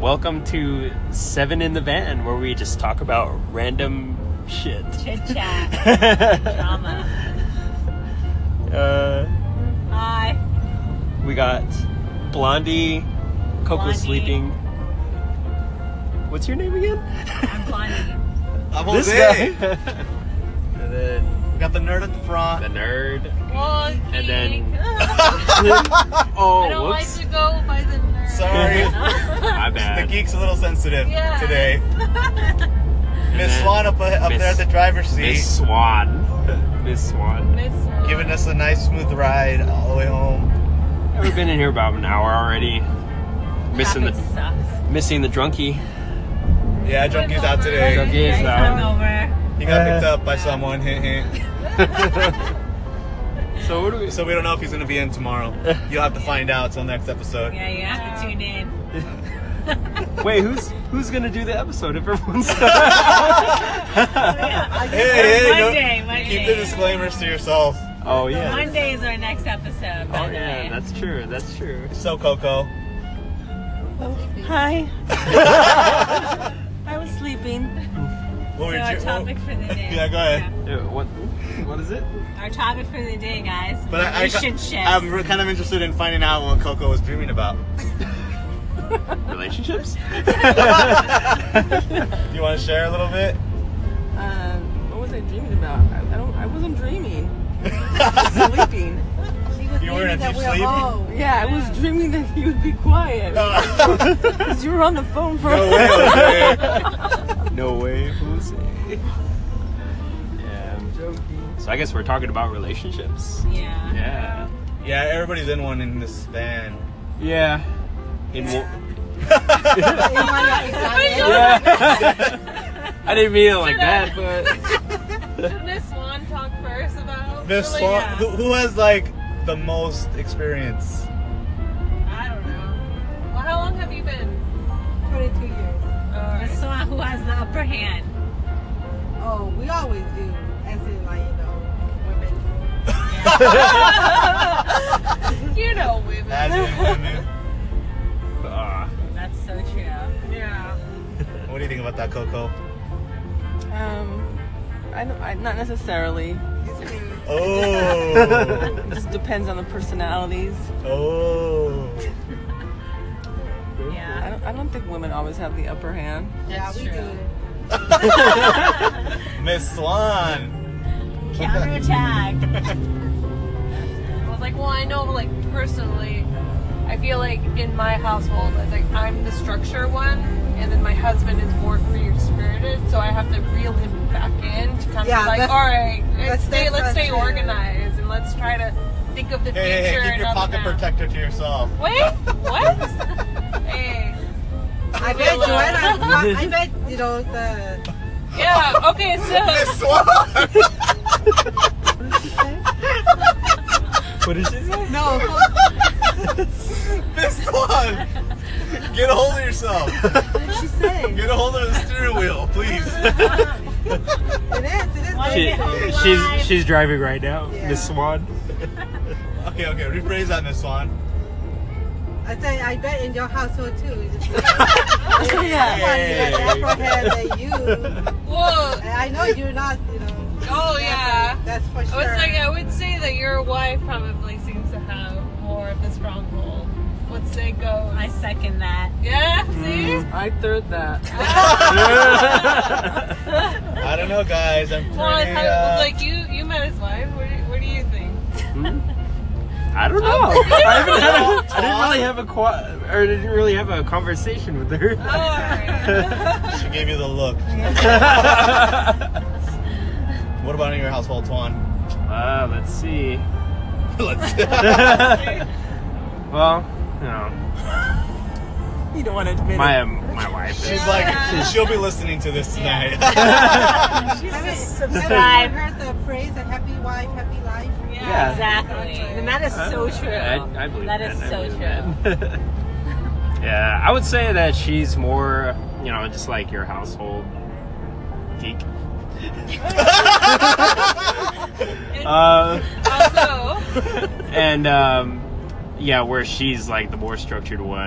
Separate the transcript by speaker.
Speaker 1: Welcome to Seven in the Van, where we just talk about random shit.
Speaker 2: Chit chat.
Speaker 1: uh,
Speaker 2: Drama. Hi.
Speaker 1: we got Blondie, Coco
Speaker 2: Blondie.
Speaker 1: sleeping. What's your name again?
Speaker 2: I'm Blondie.
Speaker 3: I'm
Speaker 1: this guy.
Speaker 3: Jose.
Speaker 1: and
Speaker 3: We
Speaker 1: then
Speaker 3: got the nerd at the
Speaker 1: the
Speaker 3: front.
Speaker 1: nerd.
Speaker 2: And
Speaker 1: then-
Speaker 2: I
Speaker 1: oh,
Speaker 2: don't
Speaker 1: whoops.
Speaker 2: like to go by the nerd.
Speaker 3: Sorry.
Speaker 1: My
Speaker 3: The
Speaker 1: bad.
Speaker 3: geek's a little sensitive
Speaker 2: yeah.
Speaker 3: today.
Speaker 1: And
Speaker 3: Miss
Speaker 1: then
Speaker 3: Swan up, uh, up there at the driver's seat,
Speaker 1: Miss Swan. Miss Swan.
Speaker 2: Miss Swan.
Speaker 3: giving us a nice smooth ride all the way home.
Speaker 1: We've been in here about an hour already. Missing
Speaker 2: Traffic
Speaker 1: the
Speaker 2: sucks.
Speaker 1: missing the drunkie.
Speaker 3: Yeah, Junkie's out today.
Speaker 1: Junkie. Junkie is
Speaker 2: out.
Speaker 3: He got picked
Speaker 1: Uh.
Speaker 3: up by someone. hint, hint.
Speaker 1: So what do we?
Speaker 3: so we don't know if he's gonna be in tomorrow. You'll have to find out till next episode.
Speaker 2: Yeah, you have to tune in.
Speaker 1: Wait, who's who's gonna do the episode if everyone's?
Speaker 2: Oh, Yeah,
Speaker 3: Hey, hey,
Speaker 2: Monday,
Speaker 3: don't-
Speaker 2: Monday.
Speaker 3: keep the disclaimers to yourself.
Speaker 1: oh yeah.
Speaker 2: Monday is our next episode. By
Speaker 1: Oh
Speaker 2: the
Speaker 1: yeah,
Speaker 2: way.
Speaker 1: that's true. That's true.
Speaker 3: So Coco,
Speaker 2: Hi. I was sleeping.
Speaker 3: what
Speaker 2: So our
Speaker 3: you-
Speaker 2: topic for the day.
Speaker 3: Yeah, go ahead.
Speaker 1: Yeah, what what is it?
Speaker 2: Our topic for the day, guys.
Speaker 3: But I, I,
Speaker 2: relationships.
Speaker 3: I'm re- kind of interested in finding out what Coco was dreaming about.
Speaker 1: Relationships.
Speaker 3: Do you want to share a little bit?
Speaker 4: Um, what was I dreaming about? I, I don't. I wasn't dreaming. I was sleeping.
Speaker 3: You were in a deep sleep.
Speaker 4: Yeah, I was dreaming that you would be quiet because you were on the phone for.
Speaker 3: No way, Jose.
Speaker 1: no way, Jose. yeah, I'm joking. So I guess we're talking about relationships.
Speaker 2: Yeah.
Speaker 1: Yeah.
Speaker 3: Yeah, everybody's in one in this van.
Speaker 1: Yeah. In one.
Speaker 2: Oh
Speaker 1: Yeah. I didn't mean it like that, but
Speaker 5: Miss Swan talk first about
Speaker 3: This
Speaker 2: Really,
Speaker 3: swan,
Speaker 2: yeah.
Speaker 3: who, who has like the most experience?
Speaker 5: I don't know. Well, how long have you been?
Speaker 6: 22 years.
Speaker 2: That's so who has the upper hand.
Speaker 6: Oh, we always do. As in, like, you know, women.
Speaker 5: You know women.
Speaker 3: As in women.
Speaker 1: Ah,
Speaker 2: That's so true.
Speaker 5: Yeah.
Speaker 3: What do you think about that, Coco?
Speaker 4: Um, I don't. I, not necessarily.
Speaker 3: Oh,
Speaker 4: It just depends on the personalities.
Speaker 3: oh.
Speaker 4: I
Speaker 2: Yeah.
Speaker 4: don't. I don't think women always have the upper hand.
Speaker 6: yeah,
Speaker 2: That's
Speaker 6: we
Speaker 2: true.
Speaker 6: do.
Speaker 3: Miss Swan.
Speaker 2: Counterattack.
Speaker 5: I was like, well, I know, like personally, I feel like in my household, it's like I'm the structure one, and then my husband is more free spirited, so I have to reel him back in to kind
Speaker 6: Yeah,
Speaker 5: of like,
Speaker 6: that's-
Speaker 5: all right,
Speaker 6: that's-
Speaker 5: let's stay,
Speaker 6: that's
Speaker 5: let's
Speaker 6: not
Speaker 5: stay
Speaker 6: true.
Speaker 5: organized, and let's try to think of the
Speaker 3: Hey, hey,
Speaker 5: future.
Speaker 3: hey, keep
Speaker 5: and
Speaker 3: your
Speaker 5: all the
Speaker 3: pocket
Speaker 5: now.
Speaker 3: protector to yourself.
Speaker 5: Wait, what? hey.
Speaker 6: I bet
Speaker 5: Really?
Speaker 6: Joanna, I bet, you know, the.
Speaker 5: Yeah, okay, so
Speaker 3: Swan.
Speaker 1: what did she say?
Speaker 6: No,
Speaker 3: Miss Swan. Get a hold of yourself.
Speaker 6: what did she say?
Speaker 3: Get a hold of the steering wheel, please.
Speaker 6: It is, it is.
Speaker 2: What
Speaker 1: She,
Speaker 2: is it?
Speaker 1: she's she's driving right now, Miss
Speaker 6: Yeah.
Speaker 1: Swan.
Speaker 3: Okay, okay, rephrase that, Miss Swan.
Speaker 6: I say, I bet in your household too. It's just
Speaker 4: yeah.
Speaker 6: somebody got the upper hand than you.
Speaker 5: whoa.
Speaker 6: And I know you're not, you know.
Speaker 5: Oh yeah.
Speaker 6: That's for
Speaker 5: I
Speaker 6: sure.
Speaker 5: was like I would say that your wife probably seems to have more of the stronghold. Let's say goes.
Speaker 2: I second that.
Speaker 5: Yeah,
Speaker 4: I third that.
Speaker 3: I don't know, guys. I'm
Speaker 5: see?
Speaker 3: pretty.
Speaker 5: Well, I thought it
Speaker 3: uh,
Speaker 5: was like you you met his wife. What do, what do you think?
Speaker 1: I don't know. I, haven't had a, I didn't really have a qua- or didn't really have a conversation with her.
Speaker 5: Oh, alright.
Speaker 3: She gave you the look. What about in your household, Swan?
Speaker 1: uh, let's see.
Speaker 3: Let's.
Speaker 1: Well, no,
Speaker 4: You don't want to admit
Speaker 1: my um, my wife.
Speaker 3: She's
Speaker 1: Is,
Speaker 3: like, she'll be listening to this tonight.
Speaker 6: haven't,
Speaker 2: subscribe.
Speaker 6: haven't you heard the phrase, a happy wife, happy life?
Speaker 1: Yeah.
Speaker 2: Exactly. And that is so true.
Speaker 1: I, I believe
Speaker 2: That
Speaker 1: that.
Speaker 2: is
Speaker 1: I
Speaker 2: so
Speaker 1: believe
Speaker 2: true.
Speaker 1: that. yeah, I would say that she's more, you know, just like your household geek. uh,
Speaker 5: Also.
Speaker 1: and um, yeah, where she's like the more structured one.